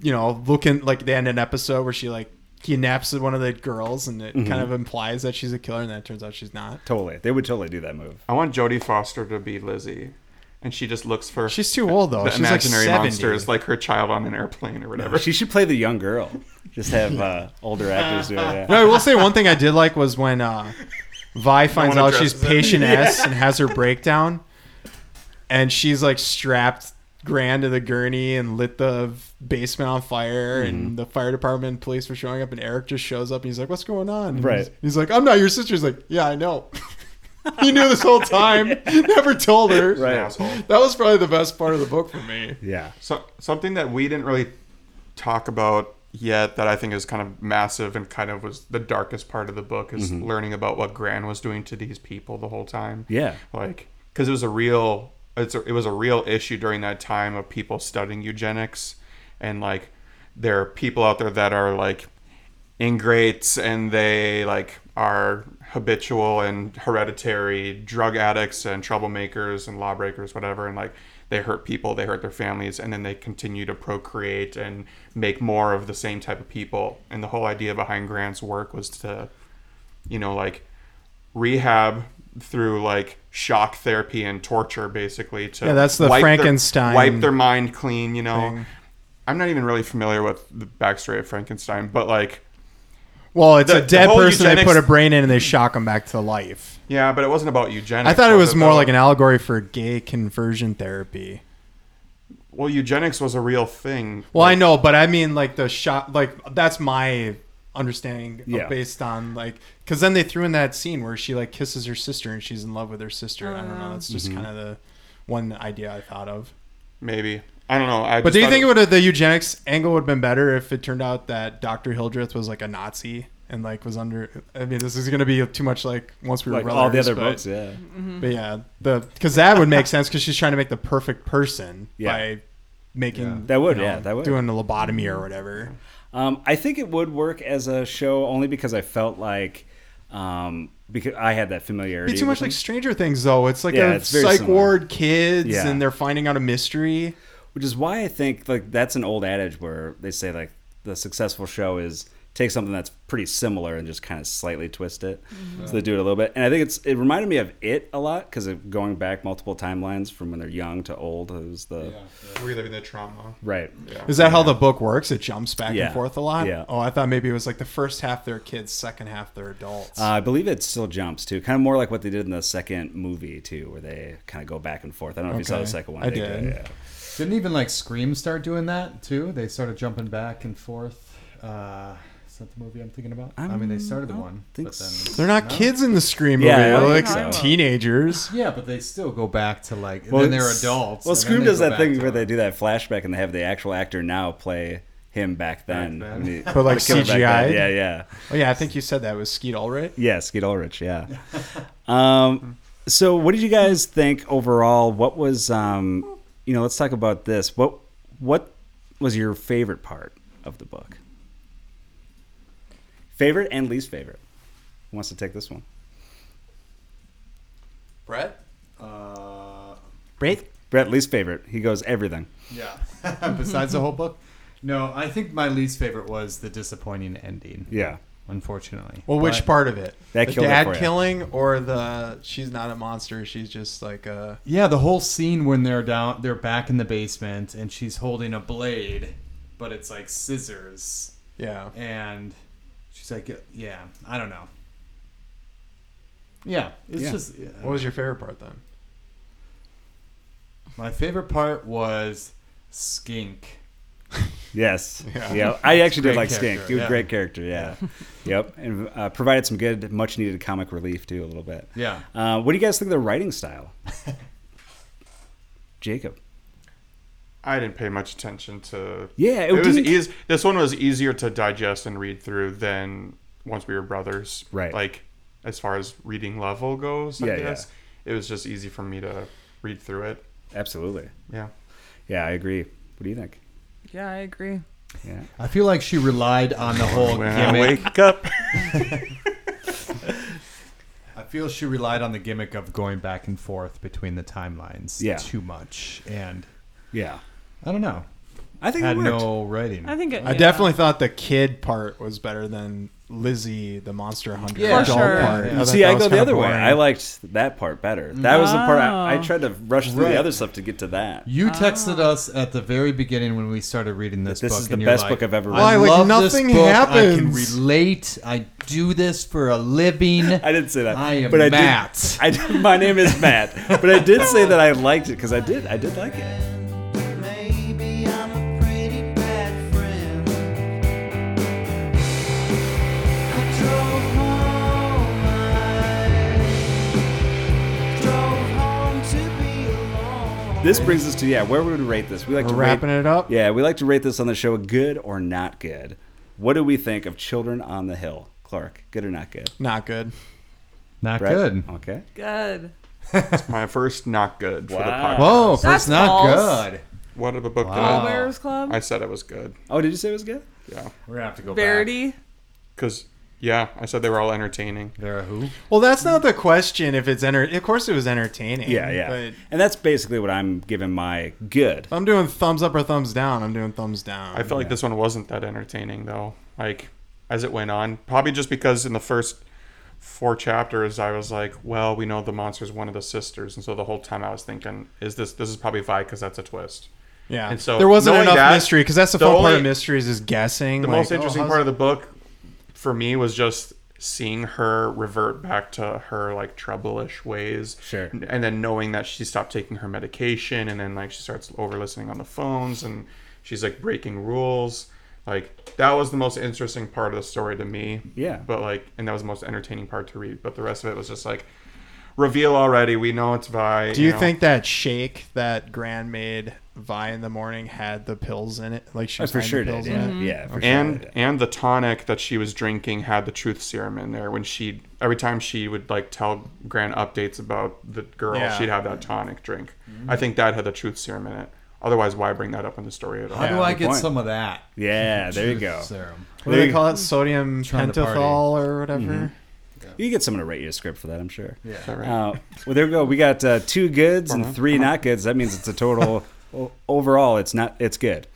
D: you know, looking like they end an episode where she like kidnaps one of the girls and it
A: Mm-hmm.
D: kind of implies that she's a killer and then it turns out she's not.
A: Totally, they would totally do that move.
B: I want Jodie Foster to be Lizzie, and she just looks for
D: She's too old though.
B: the
D: she's
B: imaginary
D: like 70.
B: monsters, like her child on an airplane or whatever.
A: She should play the young girl. Just have uh, older actors do it.
D: No, I will say one thing I did like was when uh, Vi finds
B: one
D: out she's
B: addresses it.
D: patient S and has her breakdown, and she's like strapped Grand to the gurney and lit the basement on fire,
A: Mm-hmm.
D: and the fire department and police were showing up, and Eric just shows up and he's like, "What's going on?" And
A: Right.
D: He's, he's like, "I'm not your sister." He's like, "Yeah, I know." he knew this whole time, never told her.
A: Right.
B: Asshole.
D: That was probably the best part of the book for me.
A: Yeah.
B: So, something that we didn't really talk about yet that I think is kind of massive and kind of was the darkest part of the book is
D: Mm-hmm.
B: learning about what Gran was doing to these people the whole time.
A: Yeah.
B: Like, because it was a real, it's a, it was a real issue during that time of people studying eugenics, and like, there are people out there that are like ingrates and they like are habitual and hereditary drug addicts and troublemakers and lawbreakers whatever and like they hurt people they hurt their families and then they continue to procreate and make more of the same type of people and the whole idea behind grant's work was to you know like rehab through like shock therapy and torture basically to
D: Yeah, that's the
B: wipe their-
D: Frankenstein
B: wipe their mind clean you know
D: thing.
B: i'm not even really familiar with the backstory of frankenstein but like
D: Well, it's
B: The-
D: a
B: the
D: dead
B: whole
D: person
B: eugenics-
D: they put a brain in and they shock them back to life.
B: Yeah, but it wasn't about eugenics.
D: I thought it was more
B: though?
D: like an allegory for gay conversion therapy.
B: Well, eugenics was a real thing.
D: Well, I know, but I mean, like the shot, like that's my understanding of-
A: Yeah.
D: based on like because then they threw in that scene where she like kisses her sister and she's in love with her sister. I don't know. That's just kind of the one idea Mm-hmm. I thought of.
B: Maybe I don't know. I
D: But
B: just
D: do you
B: thought
D: think it would have, the eugenics angle would have been better if it turned out that Dr. Hildreth was like a Nazi and like was under? I mean, this is going to be too much like once we were
A: Like all the
D: brothers,
A: other
D: but-
A: books, yeah.
D: But yeah, the because that would make sense because she's trying to make the perfect person
A: Yeah.
D: by making
F: Yeah.
A: That would, yeah, that would.
D: doing a lobotomy or whatever.
A: Um, I think it would work as a show only because I felt like um, because I had that familiarity.
D: Be too much
A: with
D: like
A: them,
D: Stranger Things though. It's like
A: Yeah,
D: a
A: it's very
D: psych
A: similar.
D: ward kids
A: Yeah.
D: and they're finding out a mystery.
A: which is why I think like that's an old adage where they say like the successful show is take something that's pretty similar and just kind of slightly twist it. So they do it a little bit, and I think it's it reminded me of it a lot because going back multiple timelines from when they're young to old. It was the
B: about reliving the trauma.
A: right.
D: Is that how the book works? It jumps back
A: Yeah.
D: and forth a lot.
A: Yeah.
D: Oh, I thought maybe it was like the first half they're kids, second half they're adults.
A: Uh, I believe it still jumps too, kind of more like what they did in the second movie too, where they kind of go back and forth. I don't know if you saw the
D: Okay.
A: second one.
D: I
A: They
D: did.
A: Yeah.
F: Didn't even like Scream start doing that too? They started jumping back and forth. Uh, is that the movie I'm thinking about? i mean, they started the one,
A: think
F: but then
A: so.
D: they're not kids in the Scream movie.
A: Yeah, I
D: they're
A: don't
D: like
A: think so.
D: teenagers.
F: yeah, but they still go back to like well, then they're
A: it's-
F: adults.
A: Well,
F: and then
A: Scream
F: they
A: does
F: go
A: that
F: back
A: thing
F: to-
A: where they do that flashback and they have the actual actor now play him back then.
F: then.
A: And he-
D: But, like,
A: the killer back then.
D: CGI'd?
A: Yeah, yeah,
D: Oh yeah, I think you said that was Skeet Ulrich.
A: yeah. Skeet Ulrich. Yeah. um, so, what did you guys think overall? What was, um, you know, let's talk about this. What what was your favorite part of the book? Favorite and least favorite. Who wants to take this one?
D: Brett.
F: Uh,
D: Brett.
A: Brett, least favorite. He goes everything.
F: yeah. Besides the whole book, no. I think my least favorite was the disappointing ending.
A: Yeah.
F: unfortunately.
D: Well, which
F: But-
D: part of it?
A: That
D: the
A: killed it
D: dad
A: for ya.
D: killing or the she's not a monster. She's just like a.
F: Yeah, the whole scene when they're down, they're back in the basement, and she's holding a blade, but it's like scissors,
D: Yeah.
F: and she's like, "Yeah, I don't know." Yeah, it's
A: Yeah.
F: just yeah.
D: What was your favorite part then?
F: my favorite part was Skink.
A: Yes. Yeah.
D: Yeah.
A: I actually did
F: Great
A: like
F: character,
A: Skink. He was a
F: yeah.
A: great character. Yeah. yep. And uh, provided some good, much needed comic relief too, a little bit.
F: Yeah,
A: Uh, what do you guys think of the writing style? Jacob.
B: I didn't pay much attention to.
A: Yeah, it
B: it, was
A: Oh, didn't-
B: easy. This one was easier to digest and read through than Once We Were Brothers.
A: Right.
B: Like as far as reading level goes, I
A: Yeah, yeah.
B: guess it was just easy for me to read through it.
A: Absolutely.
B: Yeah.
A: Yeah, I agree. What do you think?
C: Yeah, I agree.
A: Yeah.
F: I feel like she relied on the whole
B: When I
F: gimmick.
B: wake up.
F: I feel she relied on the gimmick of going back and forth between the timelines
A: Yeah.
F: too much, and
A: Yeah.
F: I don't know.
A: I think
F: Had
A: it worked.
F: no writing.
C: I think it,
D: I
C: yeah.
D: definitely thought the kid part was better than Lizzie, the monster hunter.
F: Yeah. For
D: adult
C: sure.
D: part.
F: Yeah.
D: thought
A: See,
D: that
A: I
D: was
A: go the
D: kinda
A: other way.
D: boring.
A: I liked that part better. That was the part I, I
C: Oh.
A: tried to rush through
F: Right.
A: the other stuff to get to that.
F: You texted
C: Ah.
F: us at the very beginning when we started reading this
A: This
F: book.
A: is the
F: and you're
A: best
F: like,
A: book I've ever read.
D: Why,
F: I
D: like,
F: love
D: nothing
F: this book. I can
D: happens.
F: relate. I do this for a living.
A: I didn't say that.
F: I am
A: but I
F: Matt.
A: Did, I did, my name is Matt. But I did say that I liked it because I did. I did like it.
G: Maybe I'm a pretty bad friend. I drove home, I drove home to be alone.
A: This brings us to yeah, where we would rate this. We like
D: We're
A: to
D: wrapping
A: rate,
D: it up.
A: Yeah, we like to rate this on the show good or not good. What do we think of Children on the Hill? Clark, good or not good?
D: Not good.
F: Not
A: Brett?
F: good.
A: Okay.
C: Good.
B: My first not good for the
A: Wow.
B: podcast.
F: Whoa,
C: That's
F: first not
C: false.
F: good.
B: What of a book did
F: Wow.
B: I?
C: Bears Club.
B: Uh, I said it was good.
A: Oh, did you say it was good?
B: Yeah,
F: We're gonna have to go back.
C: Verity.
B: because yeah, I said they were all entertaining.
F: Vera who?
D: Well, that's not the question. If it's enter, of course it was entertaining.
A: Yeah, yeah.
D: But
A: and that's basically what I'm giving my good.
D: if I'm doing thumbs up or thumbs down. I'm doing thumbs down.
B: I felt like this one wasn't that entertaining though. Like as it went on, probably just because in the first four chapters I was like, well, we know the monster's one of the sisters, and so the whole time I was thinking, is this this is probably Vi because that's a twist.
D: yeah.
B: and so
D: there wasn't
B: knowing
D: enough
B: that,
D: mystery because that's the,
B: the
D: fun part
B: only-
D: of mysteries is guessing.
B: The
D: like,
B: most
D: oh,
B: interesting
D: how's-
B: part of the book for me was just seeing her revert back to her like trouble-ish ways
A: Sure.
B: and then knowing that she stopped taking her medication and then like she starts over listening on the phones and she's like breaking rules like that was the most interesting part of the story to me
A: Yeah.
B: but like and that was the most entertaining part to read but the rest of it was just like reveal already we know it's Vi
D: Do you
B: know.
D: think that shake that Gran made Vi in the morning had the pills in it? Like she
A: I
D: was
A: Oh, for
D: hiding
A: sure
D: the
A: did.
D: pills
A: Yeah,
D: in
C: Mm-hmm.
D: it.
A: yeah for
B: and
A: sure.
B: and the tonic that she was drinking had the truth serum in there when she every time she would like tell grant updates about the girl
D: Yeah.
B: she'd have that tonic drink i think that had the truth serum in it otherwise why bring that up in the story at all
F: How do I
A: good
F: get
A: point.
F: some of that?
A: Yeah, there you
F: Truth
A: go.
F: Serum.
D: What do they call it? Sodium
F: Trying to party.
D: pentothal or whatever.
A: You get someone to write you a script for that, I'm sure. Yeah.
B: Is that right?
A: Uh, well, there we go. We got uh, two goods
D: Uh-huh.
A: and three not goods. That means it's a total o- overall. It's not. It's good.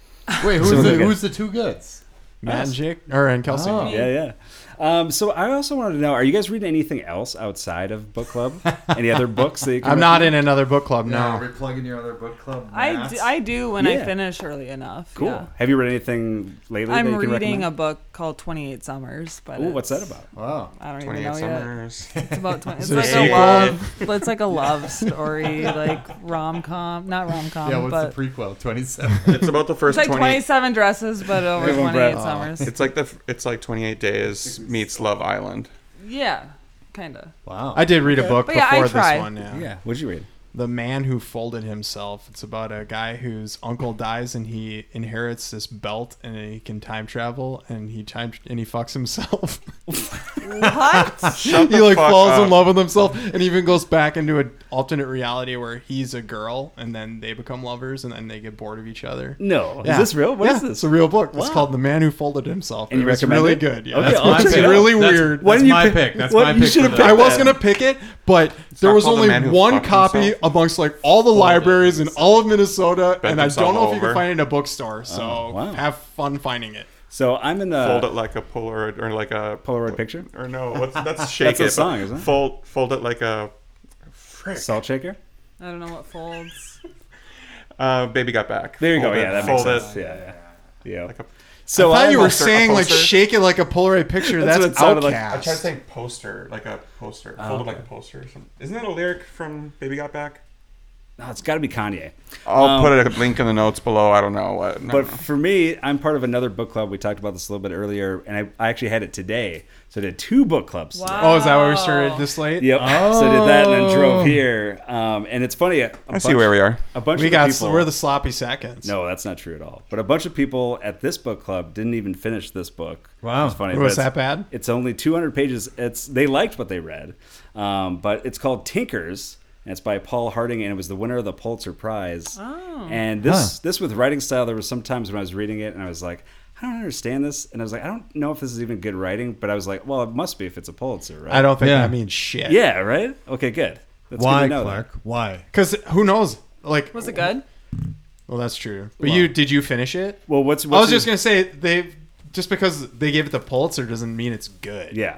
F: Wait,
A: So
F: who's the
A: good.
F: who's the two goods?
D: Matt and Jake or and Kelsey.
F: Oh.
A: Yeah, yeah. Um, so I also wanted to know: Are you guys reading anything else outside of book club? Any other books that you can?
D: I'm not in another book club. No.
F: we plugging your other book club.
C: I do, I do when
A: Yeah.
C: I finish early enough.
A: Cool.
C: yeah.
A: Have you read anything lately?
C: I'm
A: that you
C: reading
A: can
C: a
A: recommend?
C: book called 28 Summers. But
A: Ooh, what's that
C: it's-
A: about?
F: wow.
C: I don't even
B: 28
C: know yet.
B: summers
C: It's about 20. It's
D: there
C: like
D: a
C: a
D: sequel?
C: love. It's like a love story, like rom com, not rom com,
F: Yeah, what's
C: Um, but
F: the prequel? Twenty seven.
B: it's about the
C: it's
B: first
C: like
B: 20
C: 27 dresses, but over
A: Give him
C: 28
A: bread.
C: summers.
B: it's like the f- it's like 28 days meets love island
C: Yeah, kind of.
F: Wow.
D: I did read a book
C: But yeah, I
D: before
C: tried.
D: this one. Yeah.
A: Yeah. What'd you read?
D: The Man Who Folded Himself. It's about a guy whose uncle dies and he inherits this belt and he can time travel and he time and he fucks himself.
C: What?
D: he
B: the
D: like
B: fuck
D: falls
B: up.
D: in love with himself and even goes back into an alternate reality where he's a girl and then they become lovers and then they get bored of each other.
A: No.
D: Yeah.
A: Is this real? What is
D: yeah,
A: this?
D: It's a real book. It's
A: Wow.
D: called The Man Who Folded Himself.
A: And
D: And
A: you
D: it's
A: recommend
D: really
A: it?
D: good. Yeah,
A: Okay, I'll
D: it's
A: check it out.
D: really
F: That's-
D: weird.
F: Why
A: Why
F: That's
A: didn't you
F: my
A: pick-
F: pick. That's
A: what-
F: my
A: you
F: pick. for
A: should've
F: the-
A: picked
D: I
A: that.
D: was gonna pick it, but there
B: not
D: was
B: called The
D: only
B: Man Who
D: one
B: Fucked
D: copy
B: Himself.
D: amongst like all the libraries in all of Minnesota, and I
B: himself
D: don't know if you
B: over.
D: can find it in a bookstore. So
A: Oh, wow.
D: have fun finding it.
A: So I'm in the.
B: fold it like a polaroid or like a
A: Polaroid picture?
B: or no what's that's shake
A: a
B: it but
A: song, isn't it?
B: fold fold it like a frick
A: Salt shaker.
C: I don't know what folds.
B: uh baby got back
A: There you go.
B: Fold it,
A: Yeah, that makes
B: fold it.
A: sense. Yeah, yeah. Yeah.
B: Like a-
A: so
D: I thought you were
B: poster- a
D: saying like
B: poster?
D: shake it like a Polaroid picture.
A: That's
D: That's,
A: what it sounded like.
B: I tried to
D: outcast.
B: think poster, like a poster,
A: Oh,
B: folded like a poster. Or something. Isn't that a lyric from Baby Got Back?
A: No, it's got to be Kanye.
B: I'll put a link in the notes below. I don't know what.
A: Um, But for me, I'm part of another book club. We talked about this a little bit earlier, and I, I actually had it today. So I did two book clubs. today.
C: Wow.
D: Oh, is that why we started this late?
A: Yep. So I did that and then drove here. Um, and it's funny. I
B: I see where we are.
A: A bunch
D: We
A: of
D: got
A: the people.
D: we're the sloppy seconds.
A: no, that's not true at all. But a bunch of people at this book club didn't even finish this book.
F: Wow.
A: It's funny.
D: It
A: but
D: was
A: it's-
D: that bad?
A: It's only 200 pages. It's they liked what they read, um, but it's called Tinkers. And it's by Paul Harding, and it was the winner of the Pulitzer Prize. Oh. And this this with writing style, there was sometimes when I was reading it, and I was like, I don't understand this, and I was like, I don't know if this is even good writing, but I was like, well, it must be if it's a Pulitzer, right?
D: I don't think
F: Yeah.
D: that means shit.
A: Yeah, right. Okay, good. That's
F: Why,
A: good to know that.
F: Clark? Why?
D: Because who knows? Like,
C: Was it good?
D: Well, that's true. But you did you finish it?
A: Well, what's,
D: I
A: what's
D: was
A: your-
D: just gonna say they just because they gave it the Pulitzer doesn't mean it's good.
A: yeah.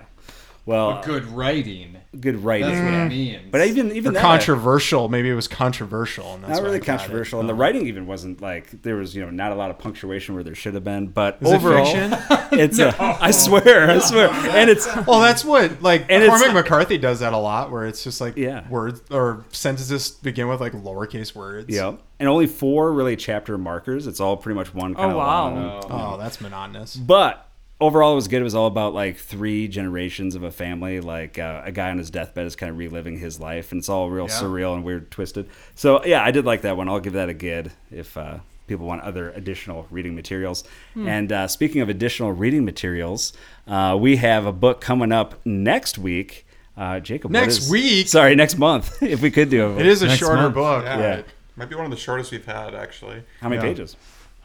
A: Well, good,
F: Good writing.
A: writing.
F: That's
D: Mm.
F: what
A: yeah.
F: it means.
A: Mm. But even even
D: Or
A: that,
D: controversial. Maybe it was controversial. And that's
A: not
D: why
A: really
D: I got it. Uh-huh.
A: controversial, and the writing even wasn't like there was you know not a lot of punctuation where there should have been. But
D: Is
A: overall,
D: it fiction?
A: it's a, I swear, I swear, and it's
D: well, that's what like
A: And it's-
D: Cormac McCarthy does that a lot, where it's just like
A: Yeah.
D: words or sentences begin with like lowercase words.
A: yeah, and only four really chapter markers. It's all pretty much one kind
C: Oh
A: of
C: wow.
A: long. uh,
D: Oh, that's monotonous.
A: But overall, it was good. It was all about like three generations of a family. Like uh, a guy on his deathbed is kind of reliving his life, and it's all real surreal and weird, twisted. So yeah, I did like that one. I'll give that a good if uh, people want other additional reading materials.
D: Hmm.
A: And uh, speaking of additional reading materials, uh, we have a book coming up next week. Uh, Jacob, what
D: Next
A: is-
D: week?
A: Sorry, next month, if we could do it.
D: It is a
F: Next
D: shorter
F: month.
D: book.
B: Yeah,
A: Yeah.
B: It might be one of the shortest we've had actually.
A: How many
F: Yeah.
A: pages?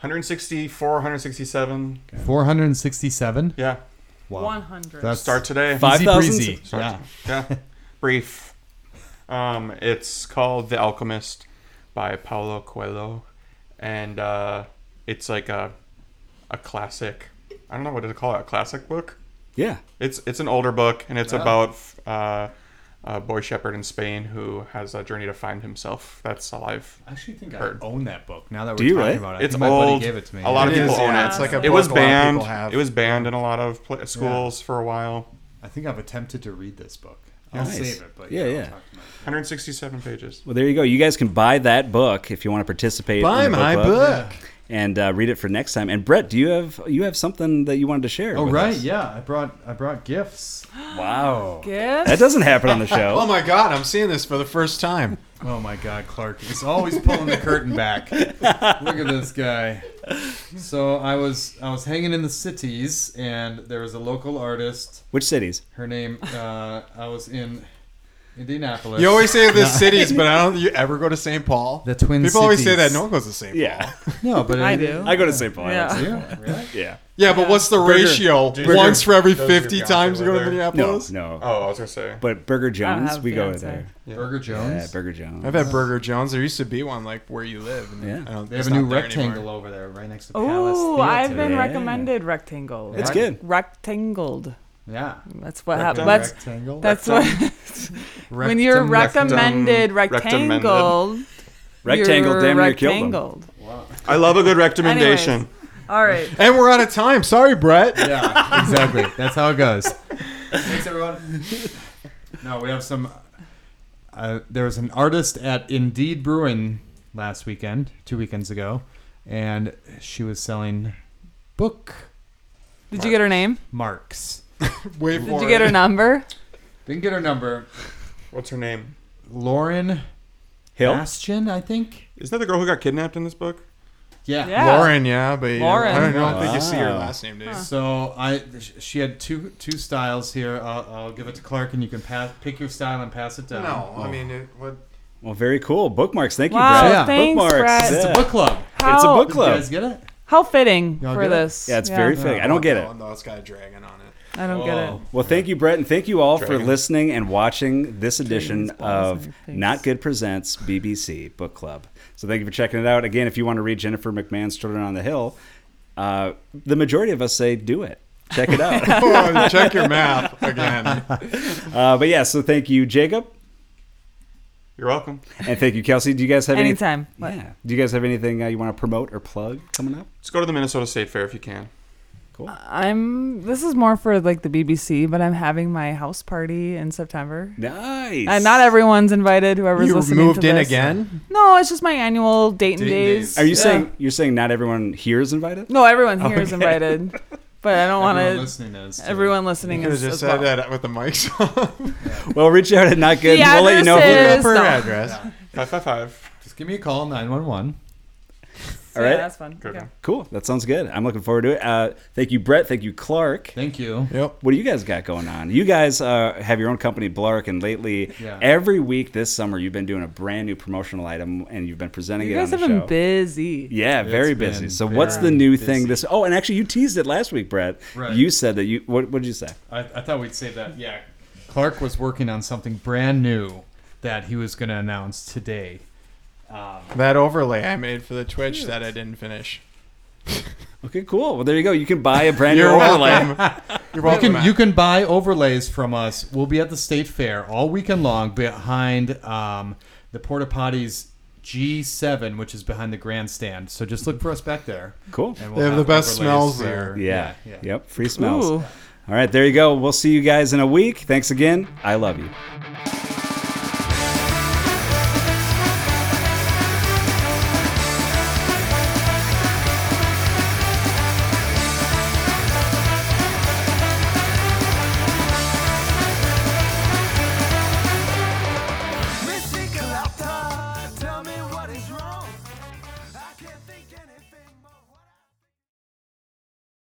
B: 164, 167.
F: 467.
B: Yeah,
F: Wow.
C: 100.
F: That's
B: start today.
A: Five
F: easy
A: thousand
F: breezy.
B: Start-
F: Yeah.
B: yeah. Brief. Um, it's called The Alchemist by Paulo Coelho, and uh, it's like a a classic. I don't know what to call it. A classic book.
A: Yeah.
B: It's it's an older book, and
D: Oh.
B: it's about uh, a boy shepherd in Spain who has a journey to find himself. That's alive.
F: I actually think
B: Heard.
F: I own that book now that we're
A: Do you
F: talking
A: really?
F: about it. I
B: It's
F: think my buddy
B: old.
F: gave it to me.
B: A lot of
D: It
B: people
D: is,
B: own
D: yeah,
B: it.
D: it's like a
B: it was
D: book a lot of
B: banned.
D: people have.
B: It was banned in a lot of pla schools for a while.
F: I think I've attempted to read this book. I'll
A: Nice.
F: save it, but
A: Yeah,
F: I'll
A: yeah.
F: talk to my-
B: 167 pages.
A: Well, there you go. You guys can buy that book if you want to participate. in
D: Buy
A: the
D: my
A: club
D: book.
A: and uh, read it for next time. And Brett, do you have you have something that you wanted to share?
F: Oh
A: with
F: right,
A: us?
F: yeah. I brought I brought gifts.
A: Wow.
C: Gifts?
A: That doesn't happen on the show.
D: Oh my god, I'm seeing this for the first time.
F: Oh my God, Clark is always pulling the curtain back. Look at this guy. So I was I was hanging in the cities, and there was a local artist.
A: Which cities?
F: Her name uh, I was in Indianapolis.
D: You always say the cities, but I don't. You ever go to St. Paul?
F: The Twin
D: People always say that.
F: Cities.
D: No one goes to St. Paul.
A: Yeah,
F: no, but
C: I
F: it-
C: do.
A: I go to St. Paul.
C: Yeah.
A: Yeah,
F: Yeah, really?
A: yeah.
D: Yeah, but what's the ratio?
B: Burger-
D: Once for every
B: Those are your
D: 50
B: guys
D: times
B: that
D: you go
B: live
D: to
B: there.
A: No,
D: Minneapolis?
A: no.
B: Oh, I was gonna say.
A: But Burger Jones,
C: have
A: we go
C: fiance.
A: there.
F: Burger
A: Yeah,
F: Jones.
A: Burger Jones.
D: I've had Burger Jones. There used to be one like where you live. and
A: Yeah.
D: I don't,
F: They
D: it's
F: have a new
D: not there
F: rectangle
D: anymore.
F: over there, right next to Palace
C: Ooh,
F: Theater.
C: I've been
A: Yeah.
C: recommended rectangle.
A: It's
C: Rec-
A: good.
C: Rectangled.
F: yeah.
C: That's what happened.
B: Rectangle.
C: That's that's what when you're
F: Rectum-
C: recommended
B: Rectum-
C: rectangled.
A: Rectangle
C: you're
A: damn near killed them.
C: rectangled.
B: I love a good recommendation.
C: Anyways. All right.
D: And we're out of time. Sorry, Brett.
F: Yeah, exactly. That's how it goes. Thanks, everyone. No, we have some. Uh, there was an artist at Indeed Brewing last weekend, two weekends ago, and she was selling book
C: Did you get her name?
F: marks.
D: Wait
C: Did you get her number?
F: Didn't get her number.
B: What's her name?
F: Lauren
A: Hill.
F: Bastian, I think.
B: Isn't that the girl who got kidnapped in this book?
F: Yeah.
C: Yeah.
D: Lauren, yeah, but you-
C: Lauren.
D: I don't know. I think you see her
A: Wow.
D: last name, dude.
F: So I, she had two two styles here. I'll, I'll give it to Clark, and you can pass pick your style and pass it down.
D: No, I mean, it, what?
A: Well, very cool. Bookmarks. Thank you,
C: Wow,
A: Brett.
F: Yeah.
C: thanks,
A: Bookmarks.
C: Brett.
A: Yeah.
F: it's a book club.
C: How,
A: It's a book
F: Did you
A: club.
F: guys get it?
C: How fitting
F: Y'all
C: for
F: get it?
C: this.
A: Yeah, it's very fitting. I don't get it.
D: oh, No, it's got a dragon on it.
C: I don't get it.
F: Oh.
A: Well, thank you, Brett, and thank you all for
B: Dragon.
A: listening and watching this edition
C: Dragon's balls
A: of
C: in your face.
A: Not Good Presents BBC Book Club. So thank you for checking it out. Again, if you want to read Jennifer McMahon's Children on the Hill, uh, the majority of us say do it. Check it out.
D: Oh, check your map again.
A: uh, but yeah, so thank you, Jacob,
B: You're welcome.
A: and thank you, Kelsey. Do you guys have any-
C: Anytime. What?
A: yeah. Do you guys have anything uh, you want to promote or plug coming up?
B: Just go to the Minnesota State Fair if you can.
A: Cool.
C: I'm. This is more for like the BBC, but I'm having my house party in September.
A: Nice.
C: And Uh, not everyone's invited. Whoever's
D: You
C: listening
D: moved
C: to
D: in
C: this.
D: again?
C: No, it's just my annual Dayton
F: Dayton
C: days.
F: days.
A: Are you
C: Yeah.
A: saying you're saying not everyone here is invited?
C: No, everyone here is invited, but I don't want
F: Everyone
C: to.
F: listening is too.
C: Everyone listening
D: You could
C: is
D: have just
C: as
D: said
C: well.
D: that with the mics on.
A: Well, reach out at Not Good.
C: The
A: and we'll let you know.
C: address
A: Who,
C: is-
D: Upper
C: no.
D: address.
B: Five five five.
F: Just give me a call, 911.
A: all right.
C: Yeah, that's fun.
B: Good
C: Okay.
B: one.
A: Cool. That sounds good. I'm looking forward to it. Uh, thank you, Brett. Thank you, Clark.
F: Thank you.
D: Yep.
A: What do you guys got going on? You guys uh, have your own company, Blark, and lately,
F: Yeah.
A: every week this summer, you've been doing a brand new promotional item, and you've been presenting it
C: You
A: on
C: guys
A: the
C: have been
A: show.
C: busy.
A: yeah, very
F: been
A: busy. So, what's the
F: very
A: new
F: busy.
A: thing? This oh, and actually, you teased it last week, Brett.
F: Right.
A: You said that you what? What did you say?
F: I, I thought we'd say that. Yeah. Clark was working on something brand new that he was going to announce today. Um,
D: That overlay I made for the Twitch that I didn't finish.
A: Okay, cool. Well, there you go. You can buy a brand new
D: You're
A: overlay.
D: welcome. You're
F: you
D: welcome.
F: can you can buy overlays from us. We'll be at the state fair all weekend long behind um, the porta potties G7, which is behind the grandstand. So just look for us back there.
A: Cool.
F: And
D: They have the best
F: overlays
D: smells
F: for-
D: there.
A: Yeah.
F: yeah.
A: Yep. Free smells.
C: Ooh.
A: All right, there you go. We'll see you guys in a week. Thanks again. I love you.